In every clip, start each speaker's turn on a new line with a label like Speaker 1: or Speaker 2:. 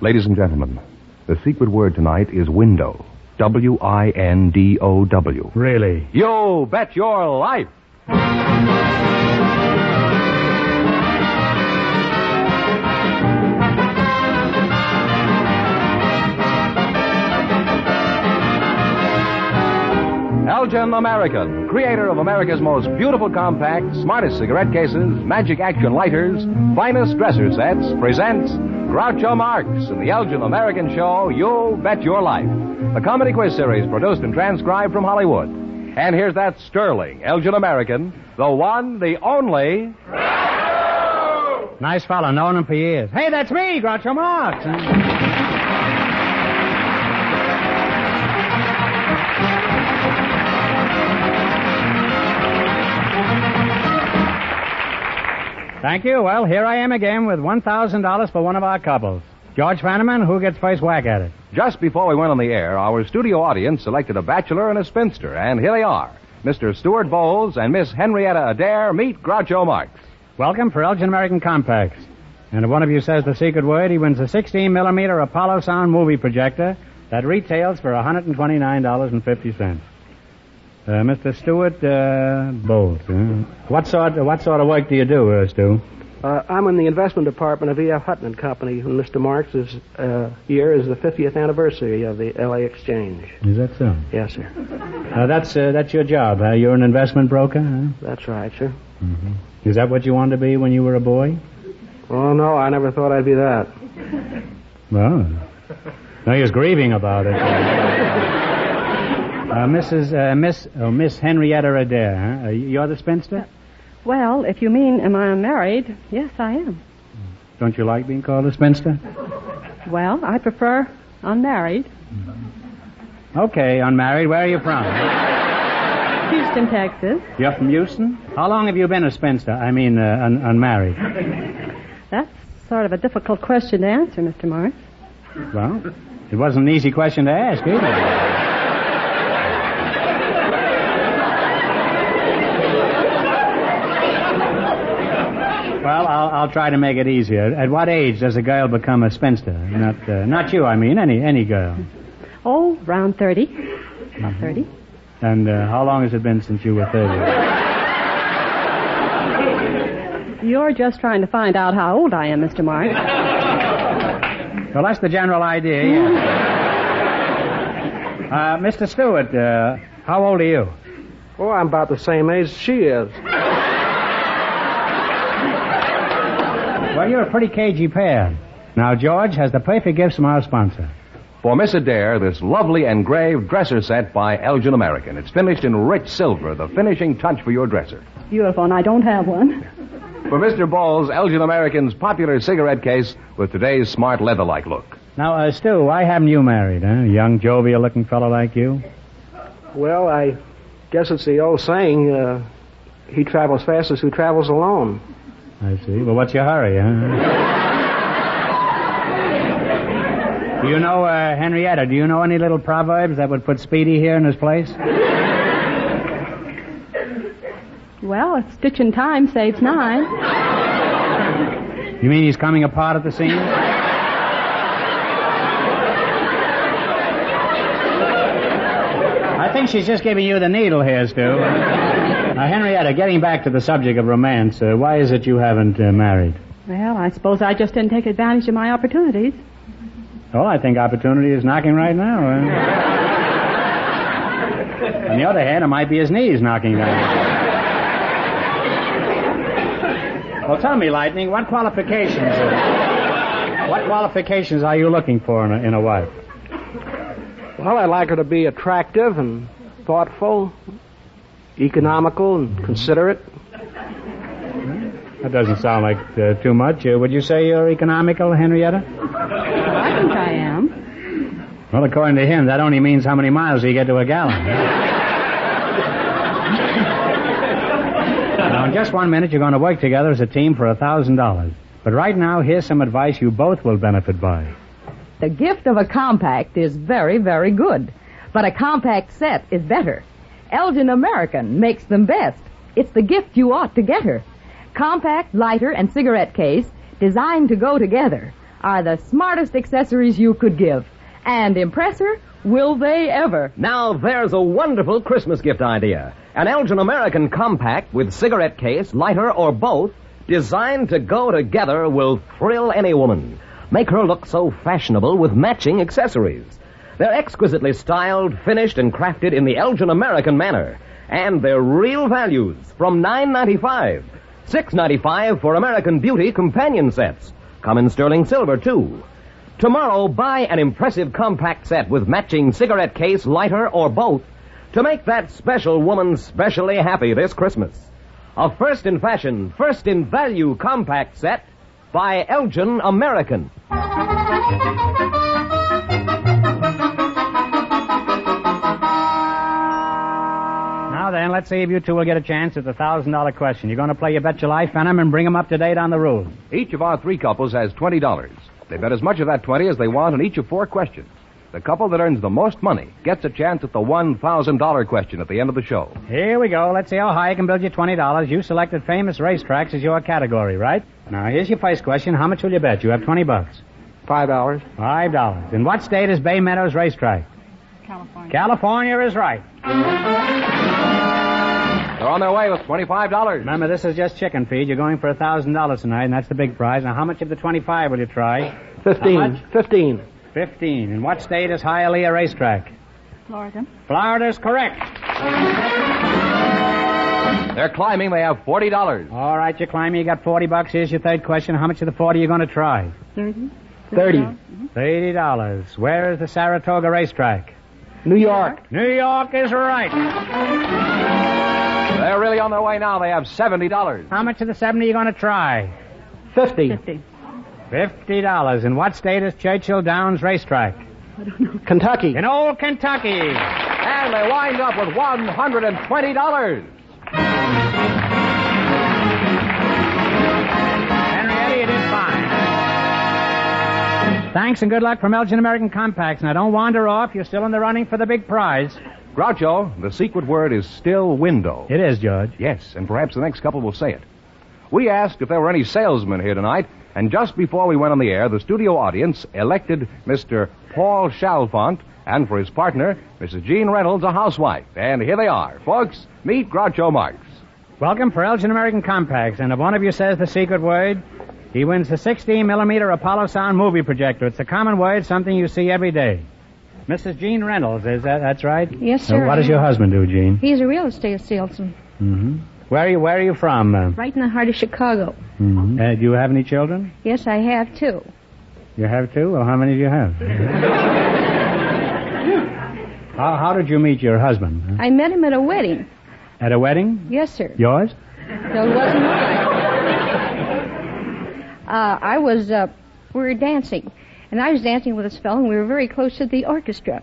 Speaker 1: Ladies and gentlemen, the secret word tonight is window. W I N D O W.
Speaker 2: Really?
Speaker 1: You bet your life! Elgin American, creator of America's most beautiful compact, smartest cigarette cases, magic action lighters, finest dresser sets, presents Groucho Marx in the Elgin American show, You Bet Your Life, the comedy quiz series produced and transcribed from Hollywood. And here's that sterling Elgin American, the one, the only.
Speaker 2: Nice fellow, known him for years. Hey, that's me, Groucho Marx. Thank you. Well, here I am again with $1,000 for one of our couples. George Vanderman, who gets first whack at it?
Speaker 1: Just before we went on the air, our studio audience selected a bachelor and a spinster, and here they are. Mr. Stuart Bowles and Miss Henrietta Adair meet Groucho Marx.
Speaker 2: Welcome for Elgin American Compacts. And if one of you says the secret word, he wins a 16 millimeter Apollo Sound movie projector that retails for $129.50. Uh, Mr. Stewart uh, Bowles, huh? what sort what sort of work do you do, uh, Stu?
Speaker 3: Uh, I'm in the investment department of E.F. Hutton and Company, and Mr. Marx's uh, year is the 50th anniversary of the LA Exchange.
Speaker 2: Is that so?
Speaker 3: Yes, sir.
Speaker 2: Uh, that's uh, that's your job. Huh? You're an investment broker. Huh?
Speaker 3: That's right, sir.
Speaker 2: Is that what you wanted to be when you were a boy?
Speaker 3: Oh, no, I never thought I'd be that.
Speaker 2: Well, no use grieving about it. uh, Mrs. Uh, Miss oh, Miss Henrietta Adair, huh? Uh, you're the spinster.
Speaker 4: Well, if you mean am I married, yes, I am.
Speaker 2: Don't you like being called a spinster?
Speaker 4: Well, I prefer unmarried.
Speaker 2: Okay, unmarried. Where are you from?
Speaker 4: Houston, Texas.
Speaker 2: You're from Houston. How long have you been a spinster? I mean, uh, un- unmarried.
Speaker 4: That's sort of a difficult question to answer, Mr. Marks.
Speaker 2: Well, it wasn't an easy question to ask either. Well, I'll, I'll try to make it easier. At what age does a girl become a spinster? Not, uh, not you, I mean, any, any girl.
Speaker 4: Oh, round 30. About 30.
Speaker 2: And uh, how long has it been since you were 30?
Speaker 4: You're just trying to find out how old I am, Mr. Marks.
Speaker 2: Well, that's the general idea, yeah. Uh, Mr. Stewart, uh, how old are you?
Speaker 3: Oh, I'm about the same age she is.
Speaker 2: Well, you're a pretty cagey pair. Now, George has the perfect gifts from our sponsor.
Speaker 1: For Miss Adair, this lovely engraved dresser set by Elgin American. It's finished in rich silver, the finishing touch for your dresser.
Speaker 4: It's beautiful, and I don't have one.
Speaker 1: For Mr. Ball's Elgin American's popular cigarette case with today's smart leather-like look.
Speaker 2: Now, uh, Stu, why haven't you married, huh? A young, jovial-looking fellow like you?
Speaker 3: Well, I guess it's the old saying, uh, he travels fastest who travels alone.
Speaker 2: I see. Well, what's your hurry, huh? do you know, uh, Henrietta, do you know any little proverbs that would put Speedy here in his place?
Speaker 4: Well, a stitch in time saves nine.
Speaker 2: You mean he's coming apart at the seams? I think she's just giving you the needle here, Stu. Now, Henrietta, getting back to the subject of romance, uh, why is it you haven't uh, married?
Speaker 4: Well, I suppose I just didn't take advantage of my opportunities.
Speaker 2: Well, Oh, I think opportunity is knocking right now. eh? On the other hand, it might be his knees knocking down. Well, Oh, tell me, Lightning, what qualifications? uh, what qualifications are you looking for in a, in a wife?
Speaker 3: Well, I like her to be attractive and thoughtful, economical and considerate.
Speaker 2: That doesn't sound like uh, too much. Uh, would you say you're economical, Henrietta?
Speaker 4: I think I am.
Speaker 2: Well, according to him, that only means how many miles you get to a gallon. now, in just one minute, you're going to work together as a team for a thousand dollars. But right now, here's some advice you both will benefit by.
Speaker 5: The gift of a compact is very, very good, but a compact set is better. Elgin American makes them best. It's the gift you ought to get her. Compact, lighter, and cigarette case designed to go together. are the smartest accessories you could give. And impress her, will they ever?
Speaker 6: Now there's a wonderful Christmas gift idea. An Elgin American compact with cigarette case, lighter, or both, designed to go together will thrill any woman. Make her look so fashionable with matching accessories. They're exquisitely styled, finished, and crafted in the Elgin American manner. And they're real values from nine ninety-five, six ninety-five for American Beauty companion sets. Come in sterling silver, too. Tomorrow, buy an impressive compact set with matching cigarette case, lighter, or both to make that special woman specially happy this Christmas. A first in fashion, first in value compact set by Elgin American.
Speaker 2: Now then, let's see if you two will get a chance at the thousand dollar question. You're going to play your bet your life on 'em and bring 'em up to date on the rules.
Speaker 1: Each of our three couples has twenty dollars. They bet as much of that twenty as they want on each of four questions. The couple that earns the most money gets a chance at the one thousand dollar question at the end of the show.
Speaker 2: Here we go. Let's see how high you can build your twenty dollars. You selected famous racetracks as your category, right? Now here's your first question. How much will you bet? You have twenty bucks.
Speaker 3: Five dollars.
Speaker 2: Five dollars. In what state is Bay Meadows racetrack? California. California is right.
Speaker 1: They're on their way with twenty-five dollars.
Speaker 2: Remember, this is just chicken feed. You're going for a thousand dollars tonight, and that's the big prize. Now, how much of the twenty-five will you try? How
Speaker 3: Fifteen.
Speaker 2: much?
Speaker 3: Fifteen.
Speaker 2: Fifteen. In what state is Hialeah racetrack?
Speaker 4: Florida.
Speaker 2: Florida's correct.
Speaker 1: They're climbing. They have forty dollars.
Speaker 2: All right, you're climbing. You got forty bucks. Here's your third question. How much of the forty are you going to try?
Speaker 4: 30.
Speaker 3: Thirty.
Speaker 2: Thirty dollars. Where is the Saratoga racetrack?
Speaker 3: New York.
Speaker 2: New York is right.
Speaker 1: They're really on their way now. They have seventy dollars.
Speaker 2: How much of the seventy are you going to try?
Speaker 3: Fifty.
Speaker 4: 50.
Speaker 2: Fifty dollars. In what state is Churchill Downs racetrack?
Speaker 3: Kentucky.
Speaker 2: In old Kentucky.
Speaker 1: And they wind up with one hundred and twenty dollars.
Speaker 2: Henrietta, you did fine. Thanks and good luck from Elgin American Compacts. Now don't wander off. You're still in the running for the big prize.
Speaker 1: Groucho, the secret word is still window.
Speaker 2: It is, George.
Speaker 1: Yes, and perhaps the next couple will say it. We asked if there were any salesmen here tonight, and just before we went on the air, the studio audience elected Mr. Paul Chalfont and for his partner, Mrs. Jean Reynolds, a housewife. And here they are. Folks, meet Groucho Marx.
Speaker 2: Welcome for Elgin American Compacts. And if one of you says the secret word, he wins the 16 millimeter Apollo Sound movie projector. It's a common word, something you see every day. Mrs. Jean Reynolds, is that that's right?
Speaker 7: Yes,
Speaker 2: Now,
Speaker 7: sir.
Speaker 2: what does your husband do, Jean?
Speaker 7: He's a real estate salesman
Speaker 2: Mm-hmm. Where are you? Where are you from? Uh,
Speaker 7: right in the heart of Chicago.
Speaker 2: mhm. Uh, do you have any children?
Speaker 7: Yes, I have too.
Speaker 2: You have two? Well, how many do you have? how, how did you meet your husband? huh?
Speaker 7: I met him at a wedding.
Speaker 2: At a wedding?
Speaker 7: Yes, sir.
Speaker 2: Yours?
Speaker 7: No, it wasn't mine. Uh, I was, uh, we were dancing, and I was dancing with this fellow, and we were very close to the orchestra.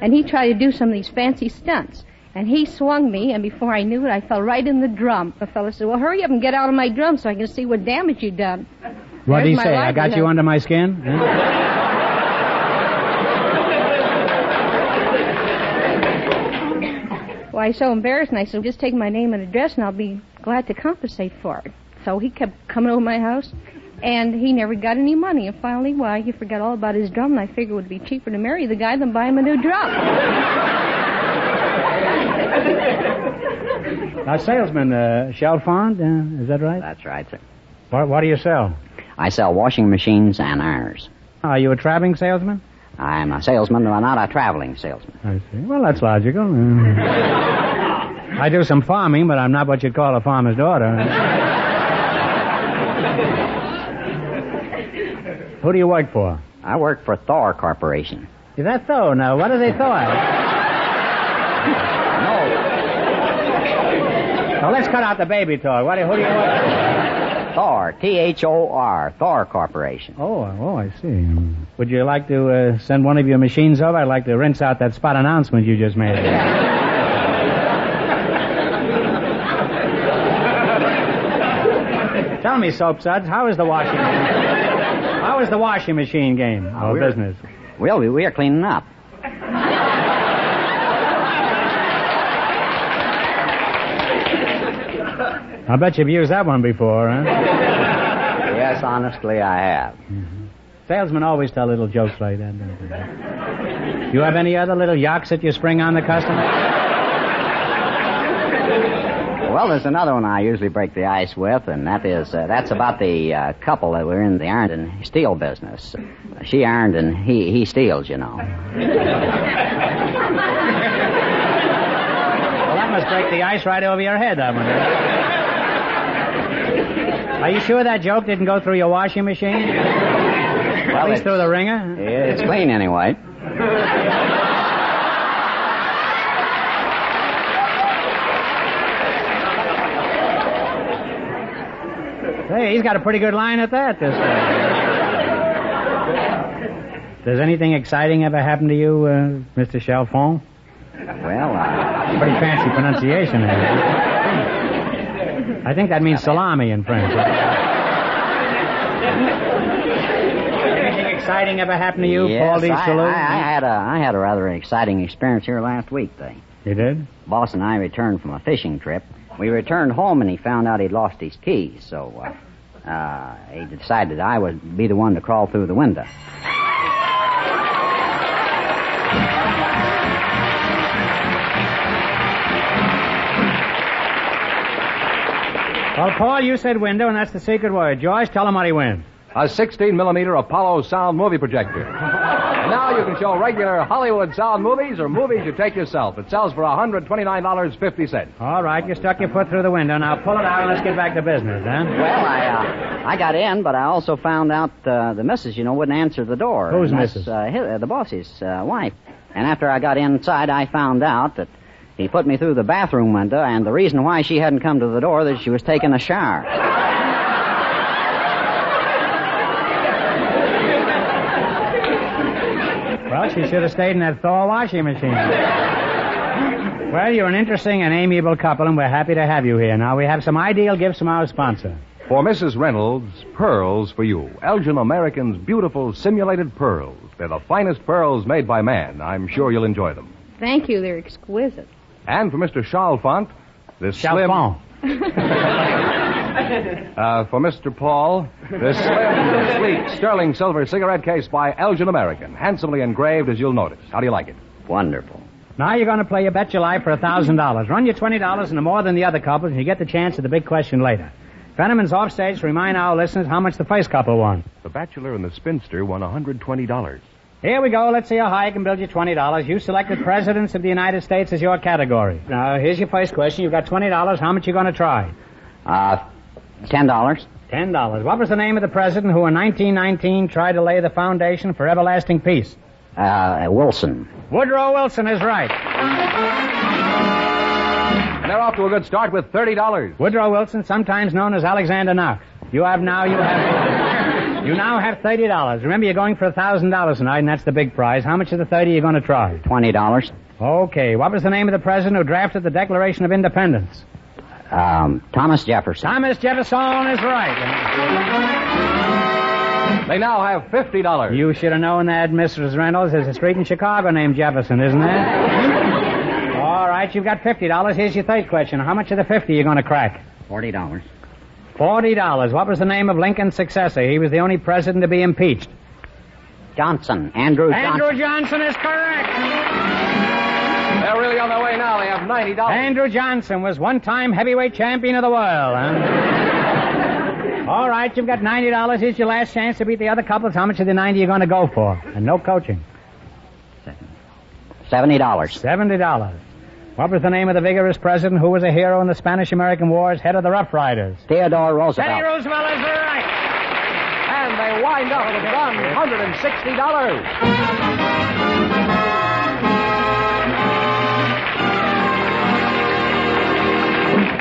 Speaker 7: And he tried to do some of these fancy stunts. And he swung me, and before I knew it, I fell right in the drum. The fellow said, Well, hurry up and get out of my drum so I can see what damage you've done.
Speaker 2: What did
Speaker 7: There's
Speaker 2: he
Speaker 7: my
Speaker 2: say? I got you
Speaker 7: livelihood.
Speaker 2: under my skin? Huh?
Speaker 7: Well, I was so embarrassed, and I said, just take my name and address, and I'll be glad to compensate for it. So he kept coming over my house, and he never got any money. And finally, why, he forgot all about his drum, and I figured it would be cheaper to marry the guy than buy him a new drum.
Speaker 2: Now, salesman, uh, Chalfont, uh, is that right?
Speaker 8: That's right, sir.
Speaker 2: What, what do you sell?
Speaker 8: I sell washing machines and irons.
Speaker 2: Are you a traveling salesman?
Speaker 8: I'm a salesman, but not a traveling salesman.
Speaker 2: I see. Well, that's logical. Uh, I do some farming, but I'm not what you'd call a farmer's daughter. Who do you work for?
Speaker 8: I work for Thor Corporation.
Speaker 2: Is that so? Now, what do they thought?
Speaker 8: No,
Speaker 2: Now, let's cut out the baby talk. What, do- who do you work for?
Speaker 8: Thor, T H O R, Thor Corporation.
Speaker 2: Oh, oh, I see. Would you like to uh, send one of your machines over? I'd like to rinse out that spot announcement you just made. Tell me, soap suds, how is the washing? How is the washing machine game
Speaker 8: Oh,
Speaker 2: or
Speaker 8: we're-
Speaker 2: business?
Speaker 8: Well, we- we are cleaning up.
Speaker 2: I bet you've used that one before, huh?
Speaker 8: Yes, honestly, I have.
Speaker 2: Salesmen always tell little jokes like that. don't they? You have any other little yaks that you spring on the customer?
Speaker 3: Well, there's another one I usually break the ice with, and that is uh, that's about the uh, couple that were in the iron and steel business. She ironed and he he steals, you know.
Speaker 2: Well, that must break the ice right over your head, that one. Are you sure that joke didn't go through your washing machine? At
Speaker 3: Well,
Speaker 2: least
Speaker 3: it's,
Speaker 2: through the ringer?
Speaker 3: it's clean anyway.
Speaker 2: Hey, he's got a pretty good line at that this time. Does anything exciting ever happen to you, uh, Mr. Chalfon?
Speaker 3: Well, uh,
Speaker 2: Pretty fancy pronunciation. there. I think that means salami in French. Anything exciting ever happen to you,
Speaker 3: yes,
Speaker 2: Paul D.
Speaker 3: I,
Speaker 2: Salute?
Speaker 3: I, I had a I had a rather exciting experience here last week. Thing,
Speaker 2: You did?
Speaker 3: boss and I returned from a fishing trip. We returned home, and he found out he'd lost his keys, so uh, uh, he decided I would be the one to crawl through the window.
Speaker 2: Well, Paul, you said window, and that's the secret word. George, tell him what he wins.
Speaker 1: A 16 millimeter Apollo sound movie projector. And now you can show regular Hollywood sound movies or movies you take yourself. It sells for $129.50.
Speaker 2: All right, you stuck your foot through the window. Now pull it out and let's get back to business, huh?
Speaker 3: Well, I uh, I got in, but I also found out uh, the missus, you know, wouldn't answer the door.
Speaker 2: Who's
Speaker 3: And that's,
Speaker 2: missus?
Speaker 3: Uh, hi- uh, the boss's uh, wife. And after I got inside, I found out that he put me through the bathroom window, and the reason why she hadn't come to the door that she was taking a shower.
Speaker 2: Well, she should have stayed in that Thor washing machine. well, you're an interesting and amiable couple, and we're happy to have you here. Now, we have some ideal gifts from our sponsor.
Speaker 1: For Mrs. Reynolds, pearls for you. Elgin American's beautiful simulated pearls. They're the finest pearls made by man. I'm sure you'll enjoy them.
Speaker 7: Thank you. They're exquisite.
Speaker 1: And for Mr. Chalfont, this
Speaker 2: Chalfon.
Speaker 1: slim... Uh, for Mr. Paul, this slim, sleek, sterling silver cigarette case by Elgin American. Handsomely engraved, as you'll notice. How do you like it?
Speaker 3: Wonderful.
Speaker 2: Now you're going to play your bet your life for a thousand dollars. Run your twenty dollars into more than the other couples, and you get the chance at the big question later. Fenneman's offstage to remind our listeners how much the first couple won.
Speaker 1: The Bachelor and the Spinster won $120.
Speaker 2: Here we go. Let's see how high you can build your twenty dollars. You selected presidents of the United States as your category. Now here's your first question. You've got twenty dollars. How much you going to try?
Speaker 3: Uh, ten dollars.
Speaker 2: Ten dollars. What was the name of the president who in 1919 tried to lay the foundation for everlasting peace?
Speaker 3: Uh, Wilson.
Speaker 2: Woodrow Wilson is right.
Speaker 1: And they're off to a good start with $30.
Speaker 2: Woodrow Wilson, sometimes known as Alexander Knox. You have now, you have. You now have thirty dollars. Remember, you're going for a thousand dollars tonight, and that's the big prize. How much of the thirty are you going to try?
Speaker 3: Twenty dollars.
Speaker 2: Okay. What was the name of the president who drafted the Declaration of Independence?
Speaker 3: Um, Thomas Jefferson.
Speaker 2: Thomas Jefferson is right.
Speaker 1: They now have $50.
Speaker 2: You should have known that, Mrs. Reynolds. There's a street in Chicago named Jefferson, isn't there? All right, you've got fifty dollars. Here's your third question. How much of the fifty are you going to crack?
Speaker 3: Forty dollars.
Speaker 2: Forty dollars. What was the name of Lincoln's successor? He was the only president to be impeached.
Speaker 3: Johnson. Andrew.
Speaker 2: Andrew Johnson
Speaker 3: Johnson.
Speaker 2: is correct.
Speaker 1: They're really on their way now. They have $90.
Speaker 2: Andrew Johnson was one-time heavyweight champion of the world. Huh? All right, you've got ninety dollars. Here's your last chance to beat the other couples. How much of the ninety are you going to go for? And no coaching.
Speaker 3: Seventy dollars.
Speaker 2: Seventy dollars. What was the name of the vigorous president who was a hero in the Spanish-American Wars, head of the Rough Riders?
Speaker 3: Theodore
Speaker 2: Teddy
Speaker 3: Roosevelt.
Speaker 2: Roosevelt is right.
Speaker 1: And they wind up with $160.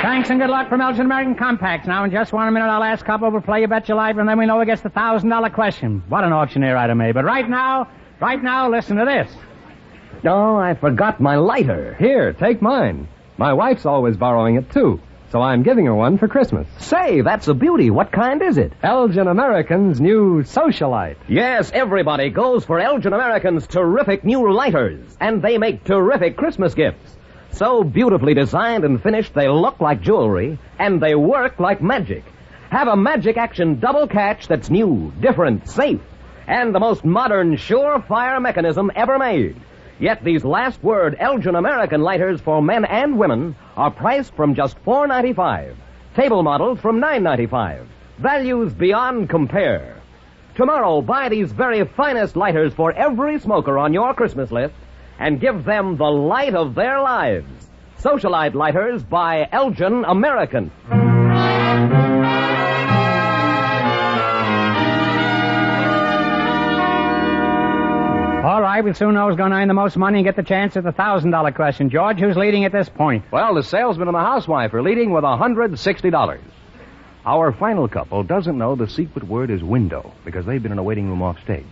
Speaker 2: Thanks and good luck from Elgin American Compacts. Now, in just one minute, our last couple will play You Bet Your Life, and then we know who gets the thousand dollar question. What an auctioneer item, eh? But right now, right now, listen to this.
Speaker 9: Oh, I forgot my lighter. Here, take mine. My wife's always borrowing it, too, so I'm giving her one for Christmas. Say, that's a beauty. What kind is it? Elgin American's new socialite. Yes, everybody goes for Elgin American's terrific new lighters, and they make terrific Christmas gifts. So beautifully designed and finished, they look like jewelry, and they work like magic. Have a magic action double catch that's new, different, safe.
Speaker 6: and the most modern surefire mechanism ever made. Yet these last word Elgin American lighters for men and women are priced from just four ninety five. Table models from nine ninety five. Values beyond compare. Tomorrow, buy these very finest lighters for every smoker on your Christmas list and give them the light of their lives. Socialite lighters by Elgin American.
Speaker 2: All right, we'll soon know who's going to earn the most money and get the chance at the $1,000 question. George, who's leading at this point?
Speaker 1: Well, the salesman and the housewife are leading with $160. Our final couple doesn't know the secret word is window because they've been in a waiting room off stage.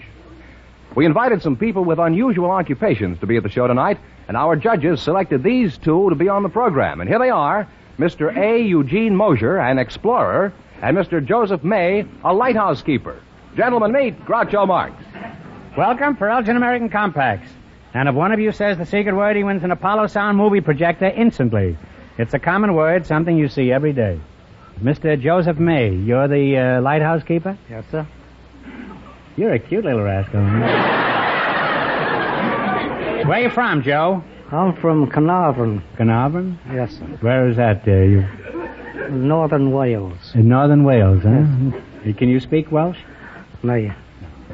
Speaker 1: We invited some people with unusual occupations to be at the show tonight, and our judges selected these two to be on the program. And here they are Mr. A. Eugene Mosher, an explorer, and Mr. Joseph May, a lighthouse keeper. Gentlemen, meet Groucho Marx.
Speaker 2: Welcome for Elgin American Compacts. And if one of you says the secret word, he wins an Apollo Sound movie projector instantly. It's a common word, something you see every day. Mr. Joseph May, you're the uh, lighthouse keeper?
Speaker 10: Yes, sir.
Speaker 2: You're a cute little rascal. Where you from, Joe?
Speaker 10: I'm from Carnarvon.
Speaker 2: Carnarvon?
Speaker 10: Yes, sir.
Speaker 2: Where is that? Uh, you
Speaker 10: Northern Wales.
Speaker 2: in Northern Wales, huh? Can you speak Welsh?
Speaker 10: Me.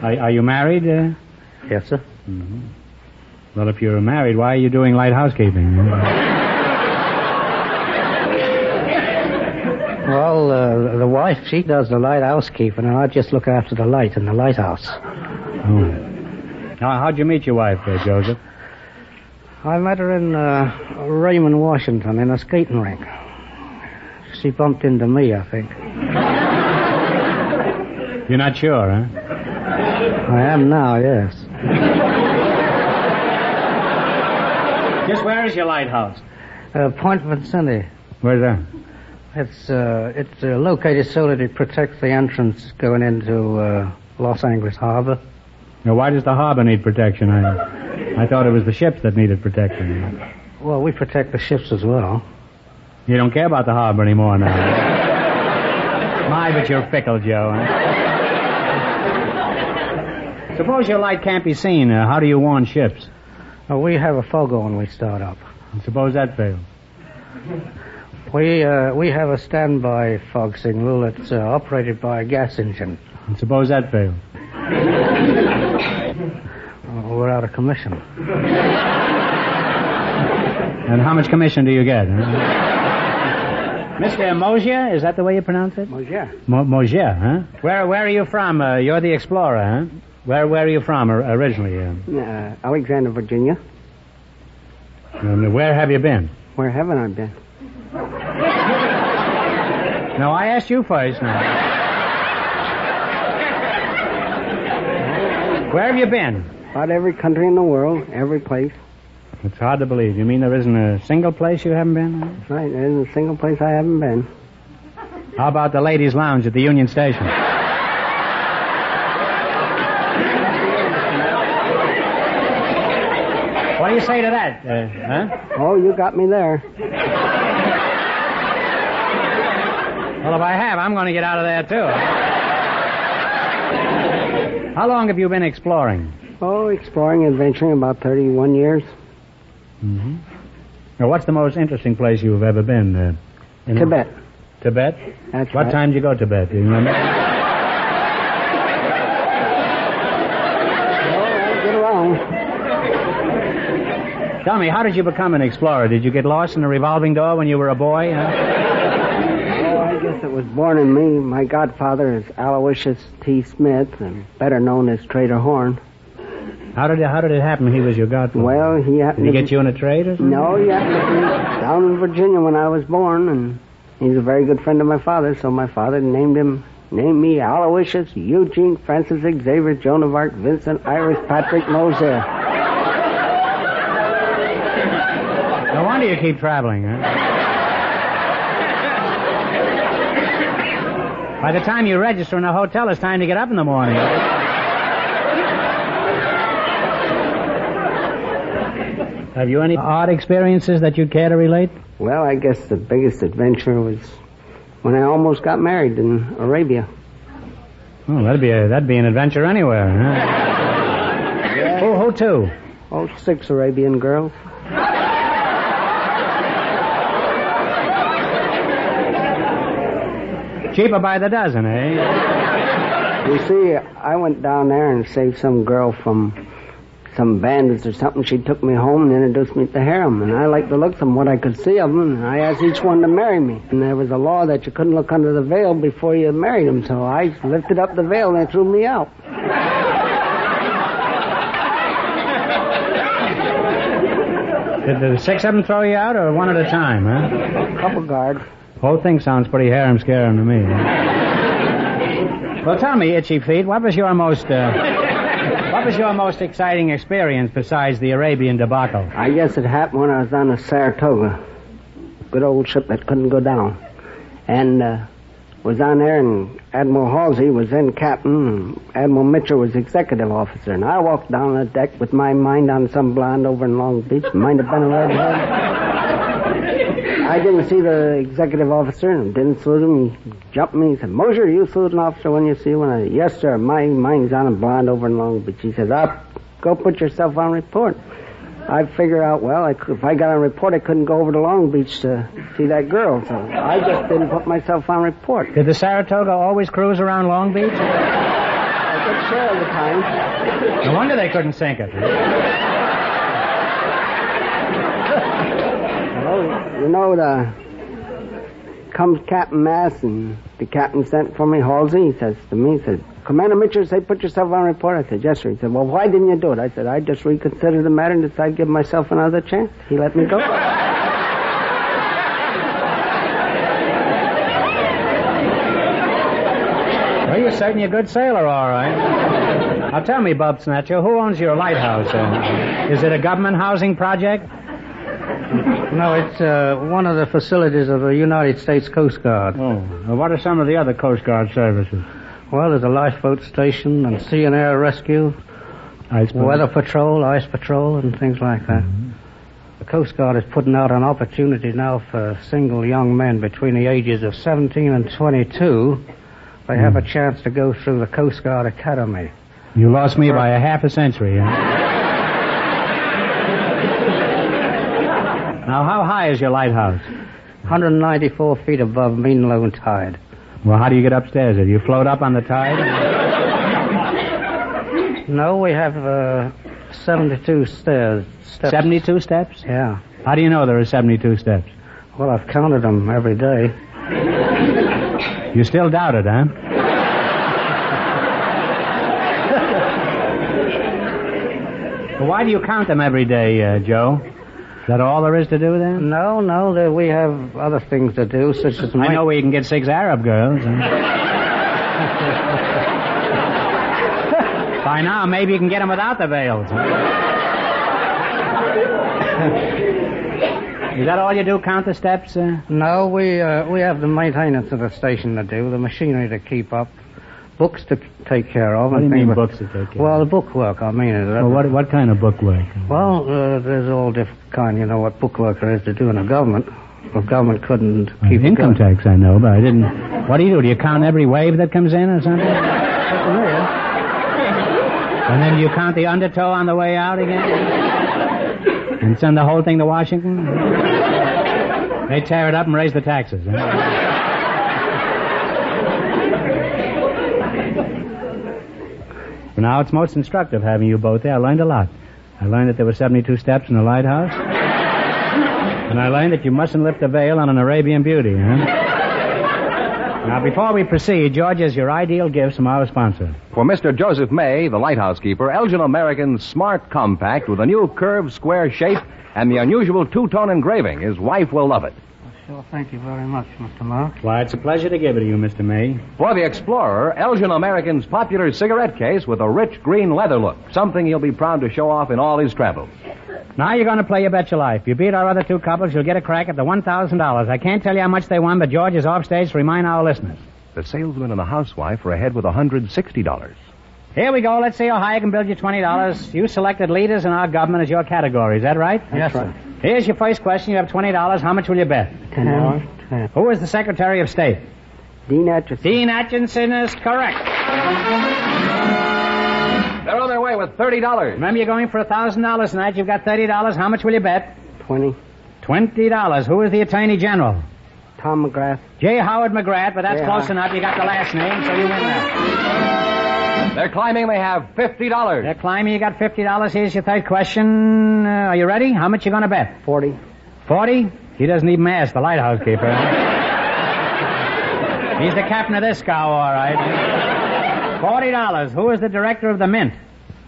Speaker 2: Are, are you married? Uh, Mm-hmm.
Speaker 10: Yes, sir.
Speaker 2: well, if you're married, why are you doing light housekeeping? Oh.
Speaker 10: Well, uh, the wife, she does the light housekeeping, and I just look after the light in the lighthouse.
Speaker 2: Oh. Now, how'd you meet your wife, uh, Joseph?
Speaker 10: I met her in uh, Raymond, Washington, in a skating rink. She bumped into me, I think.
Speaker 2: You're not sure, huh?
Speaker 10: I am now, yes.
Speaker 2: Just where is your lighthouse?
Speaker 10: Uh, Point Vincenti.
Speaker 2: Where's that?
Speaker 10: It's uh, it's uh, located so that it protects the entrance going into uh, Los Angeles Harbor.
Speaker 2: Now, why does the harbor need protection? I, I thought it was the ships that needed protection.
Speaker 10: Well, we protect the ships as well.
Speaker 2: You don't care about the harbor anymore now. My, but you're fickle, Joe. Huh? Suppose your light can't be seen. Uh, how do you warn ships?
Speaker 10: Uh, we have a fogo when we start up.
Speaker 2: And suppose that fails.
Speaker 10: We uh, we have a standby fog signal that's uh, operated by a gas engine.
Speaker 2: And suppose that fails.
Speaker 10: Uh, we're out of commission.
Speaker 2: And how much commission do you get? Huh? Mr. Mosier, is that the way you pronounce it?
Speaker 10: yeah.
Speaker 2: Mo- Mosier, huh? Where Where are you from? Uh, you're the explorer, huh? Where Where are you from or- originally? Uh,
Speaker 3: Uh, Alexander, Virginia.
Speaker 2: um, where have you been?
Speaker 3: Where haven't I been?
Speaker 2: No, I asked you first. Now. where have you been?
Speaker 3: About every country in the world, every place.
Speaker 2: It's hard to believe. You mean there isn't a single place you haven't been?
Speaker 3: Right, there isn't a single place I haven't been.
Speaker 2: How about the ladies' lounge at the Union Station? What do you say to that? Uh, huh?
Speaker 3: Oh, you got me there.
Speaker 2: Well, if I have, I'm going to get out of there, too. How long have you been exploring?
Speaker 3: Oh, exploring, adventuring, about 31 years.
Speaker 2: Now, what's the most interesting place you've ever been? Uh, in
Speaker 3: Tibet.
Speaker 2: Tibet?
Speaker 3: That's
Speaker 2: what
Speaker 3: right.
Speaker 2: time did you go to Tibet? Do you remember?
Speaker 3: Oh, I get around.
Speaker 2: Tell me, how did you become an explorer? Did you get lost in a revolving door when you were a boy? huh?
Speaker 3: Oh, I guess it was born in me. My godfather is Aloysius T. Smith, and better known as Trader Horn.
Speaker 2: How did it, how did it happen he was your godfather?
Speaker 3: Well, he
Speaker 2: did
Speaker 3: happened
Speaker 2: he
Speaker 3: to
Speaker 2: get you in a trade or something?
Speaker 3: No, he happened to be down in Virginia when I was born, and he's a very good friend of my father, so my father named him, named me Aloysius Eugene Francis Xavier Joan of Arc Vincent Iris Patrick Moses.
Speaker 2: No wonder you keep traveling, huh? By the time you register in a hotel, it's time to get up in the morning. Have you any odd experiences that you care to relate?
Speaker 3: Well, I guess the biggest adventure was when I almost got married in Arabia.
Speaker 2: Well, that'd be a, that'd be an adventure anywhere, huh? Who, who to?
Speaker 3: Oh, six Arabian girls.
Speaker 2: Cheaper by the dozen, eh?
Speaker 3: You see, I went down there and saved some girl from some bandits or something. She took me home and introduced me to harem, and I liked the looks and what I could see of them. And I asked each one to marry me, and there was a law that you couldn't look under the veil before you married them. So I lifted up the veil and they threw me out.
Speaker 2: Did the six of them throw you out, or one at a time, huh?
Speaker 3: Couple guard.
Speaker 2: Whole thing sounds pretty harem scarum to me. well, tell me, Itchy Feet, what was your most uh, what was your most exciting experience besides the Arabian debacle?
Speaker 3: I guess it happened when I was on the Saratoga, good old ship that couldn't go down, and uh, was on there. And Admiral Halsey was then captain, and Admiral Mitchell was executive officer. And I walked down the deck with my mind on some blonde over in Long Beach. Might have been a redhead. I didn't see the executive officer and didn't salute him. He jumped me. He said, Mosher, you salute an officer when you see one. I said, yes, sir. My mind's on a blonde over in Long Beach. He says, up, go put yourself on report. I figure out, well, I, cou- if I got on report, I couldn't go over to Long Beach to see that girl. So I just didn't put myself on report.
Speaker 2: Did the Saratoga always cruise around Long Beach?
Speaker 3: I took share of the time.
Speaker 2: No wonder they couldn't sink it.
Speaker 3: Well, you know, the comes Captain Mass, and the captain sent for me, Halsey. He says to me, he says, Commander Mitchell, say, put yourself on report. I said, yes, sir. He said, well, why didn't you do it? I said, I just reconsidered the matter and decided to give myself another chance. He let me go.
Speaker 2: Well, you're certain you're a good sailor, all right. Now tell me, Bob Snatcher, who owns your lighthouse? Uh, is it a government housing project?
Speaker 10: No, it's uh, one of the facilities of the United States Coast Guard.
Speaker 2: Oh, uh, what are some of the other Coast Guard services?
Speaker 10: Well, there's a lifeboat station and sea and air rescue,
Speaker 2: I
Speaker 10: weather patrol, ice patrol, and things like that. The Coast Guard is putting out an opportunity now for single young men between the ages of 17 and 22. They have
Speaker 3: Hmm.
Speaker 10: a chance to go through the Coast Guard Academy.
Speaker 2: You lost me by a half a century. huh? now, how high is your lighthouse?
Speaker 10: 194 feet above mean low tide.
Speaker 2: Well, how do you get upstairs? Do you float up on the tide?
Speaker 10: No, we have uh, 72 stairs. Steps.
Speaker 2: 72 steps?
Speaker 10: Yeah.
Speaker 2: How do you know there are 72 steps?
Speaker 10: Well, I've counted them every day.
Speaker 2: You still doubt it, huh? Well, Why do you count them every day, uh, Joe? Is that all there is to do then?
Speaker 10: No, no, there- we have other things to do, such as
Speaker 2: I know where you can get six Arab girls. By now, maybe you can get them without the veils. Is that all you do? Count the steps? Uh?
Speaker 10: No, we uh, we have the maintenance of the station to do, the machinery to keep up, books to c- take care of.
Speaker 2: What do
Speaker 10: and
Speaker 2: you
Speaker 10: things
Speaker 2: mean
Speaker 10: like-
Speaker 2: books to take care
Speaker 10: Well,
Speaker 2: of?
Speaker 10: the book work. I mean, is that-
Speaker 2: Well, what what kind of book work?
Speaker 10: well, uh, there's all different kind. You know what book work there is to do in the government. The government couldn't keep the
Speaker 2: income
Speaker 10: go-
Speaker 2: tax, I know, but I didn't. What do you do? Do you count every wave that comes in or something? And then you count the undertow on the way out again? and send the whole thing to Washington? they tear it up and raise the taxes. huh? But now it's most instructive having you both there. I learned a lot. I learned that there were 72 steps in the lighthouse. and I learned that you mustn't lift a veil on an Arabian beauty, huh? Now, before we proceed, George has your ideal gifts from our sponsor.
Speaker 1: For Mr. Joseph May, the lighthouse keeper, Elgin American's smart compact with a new curved square shape and the unusual two-tone engraving. His wife will love it.
Speaker 10: Sure, thank you very much, Mr. Mark.
Speaker 2: Why, it's a pleasure to give it to you, Mr. May.
Speaker 1: For the explorer, Elgin American's popular cigarette case with a rich green leather look, something he'll be proud to show off in all his travels.
Speaker 2: Now you're going to play your bet your life. You beat our other two couples, you'll get a crack at the $1,000. I can't tell you how much they won, but George is off stage to remind our listeners.
Speaker 1: The salesman and the housewife are ahead with $160.
Speaker 2: Here we go. Let's see how high I can build you $20. You selected leaders in our government as your category. Is that right?
Speaker 10: Yes, sir.
Speaker 2: Here's your first question. You have $20. How much will you bet?
Speaker 10: Ten. Ten.
Speaker 2: Who is the Secretary of State?
Speaker 3: Dean Atchison.
Speaker 2: Dean Atchison is correct.
Speaker 1: They're on their way with thirty dollars.
Speaker 2: Remember, you're going for a thousand dollars tonight. You've got thirty dollars. How much will you bet?
Speaker 3: 20.
Speaker 2: Twenty dollars. Who is the Attorney General?
Speaker 3: Tom McGrath.
Speaker 2: J. Howard McGrath, but that's
Speaker 3: Yeah.
Speaker 2: close enough. You got the last name, so you win that.
Speaker 1: They're climbing. They have fifty dollars.
Speaker 2: They're climbing. You got fifty dollars. Here's your third question. Uh, are you ready? How much you gonna bet?
Speaker 3: 40.
Speaker 2: Forty? He doesn't even ask the lighthouse keeper. He's the captain of this cow, all right. Forty dollars. Who is the director of the mint?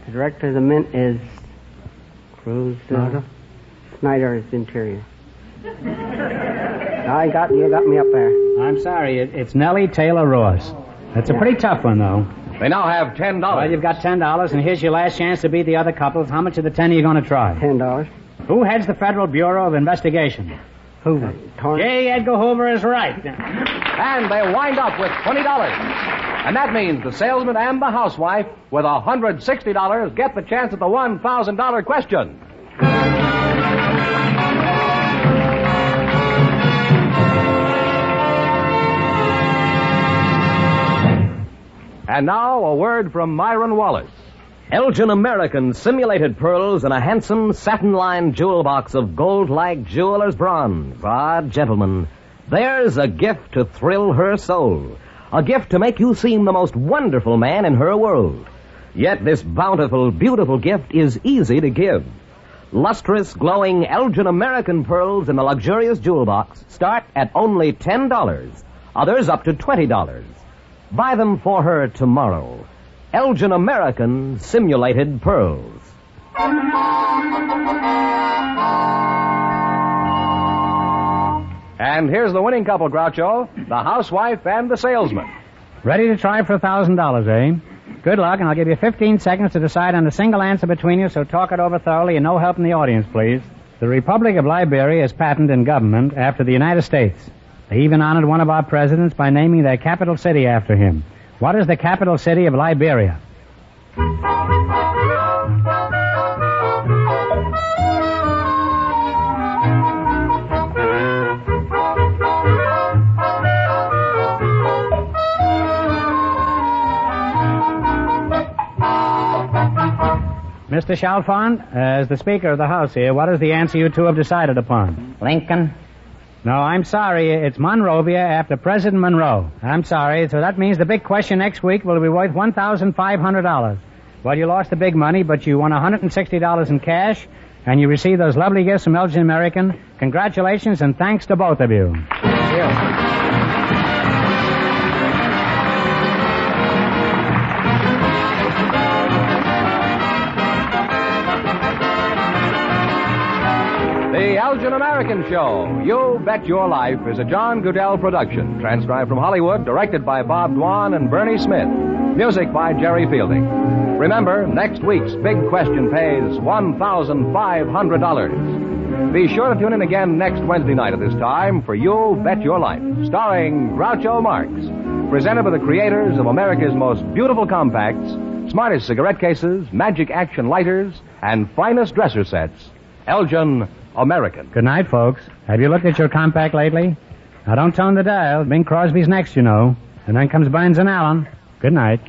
Speaker 3: The director of the Mint is Cruz uh, Snyder. is interior. I got you. Got me up there.
Speaker 2: I'm sorry, it, it's Nellie Taylor Ross. That's a pretty tough one, though.
Speaker 1: They now have ten
Speaker 2: Well,
Speaker 1: dollars.
Speaker 2: you've got ten dollars, and here's your last chance to beat the other couples. How much of the ten are you going to try?
Speaker 3: Ten dollars.
Speaker 2: Who heads the Federal Bureau of Investigation?
Speaker 3: Hoover. Torn-
Speaker 2: J. Edgar Hoover is right.
Speaker 1: And they wind up with twenty dollars. And that means the salesman and the housewife, with hundred and sixty dollars, get the chance at the one thousand dollar question. And now a word from Myron Wallace.
Speaker 6: Elgin American simulated pearls in a handsome satin-lined jewel box of gold-like jeweler's bronze. Ah, gentlemen, there's a gift to thrill her soul. A gift to make you seem the most wonderful man in her world. Yet this bountiful, beautiful gift is easy to give. Lustrous, glowing Elgin American pearls in the luxurious jewel box start at only $10, others up to $20. Buy them for her tomorrow. Elgin American Simulated Pearls.
Speaker 1: And here's the winning couple, Groucho, the housewife and the salesman.
Speaker 2: Ready to try for a thousand dollars, eh? Good luck, and I'll give you fifteen seconds to decide on a single answer between you. So talk it over thoroughly, and no help in the audience, please. The Republic of Liberia is patented in government after the United States. They even honored one of our presidents by naming their capital city after him. What is the capital city of Liberia? Mr. Chalfont, as the Speaker of the House here, what is the answer you two have decided upon?
Speaker 8: Lincoln?
Speaker 2: No, I'm sorry. It's Monrovia after President Monroe. I'm sorry. So that means the big question next week will be worth $1,500. Well, you lost the big money, but you won $160 in cash, and you received those lovely gifts from Elgin American. Congratulations and thanks to both of you.
Speaker 1: The Elgin American Show, You Bet Your Life, is a John Goodell production, transcribed from Hollywood, directed by Bob Dwan and Bernie Smith. Music by Jerry Fielding. Remember, next week's big question pays $1,500. Be sure to tune in again next Wednesday night at this time for You Bet Your Life, starring Groucho Marx, presented by the creators of America's most beautiful compacts, smartest cigarette cases, magic action lighters, and finest dresser sets. Elgin American.
Speaker 2: Good night, folks. Have you looked at your compact lately? Now don't tone the dial. Bing Crosby's next, you know. And then comes Burns and Allen. Good night.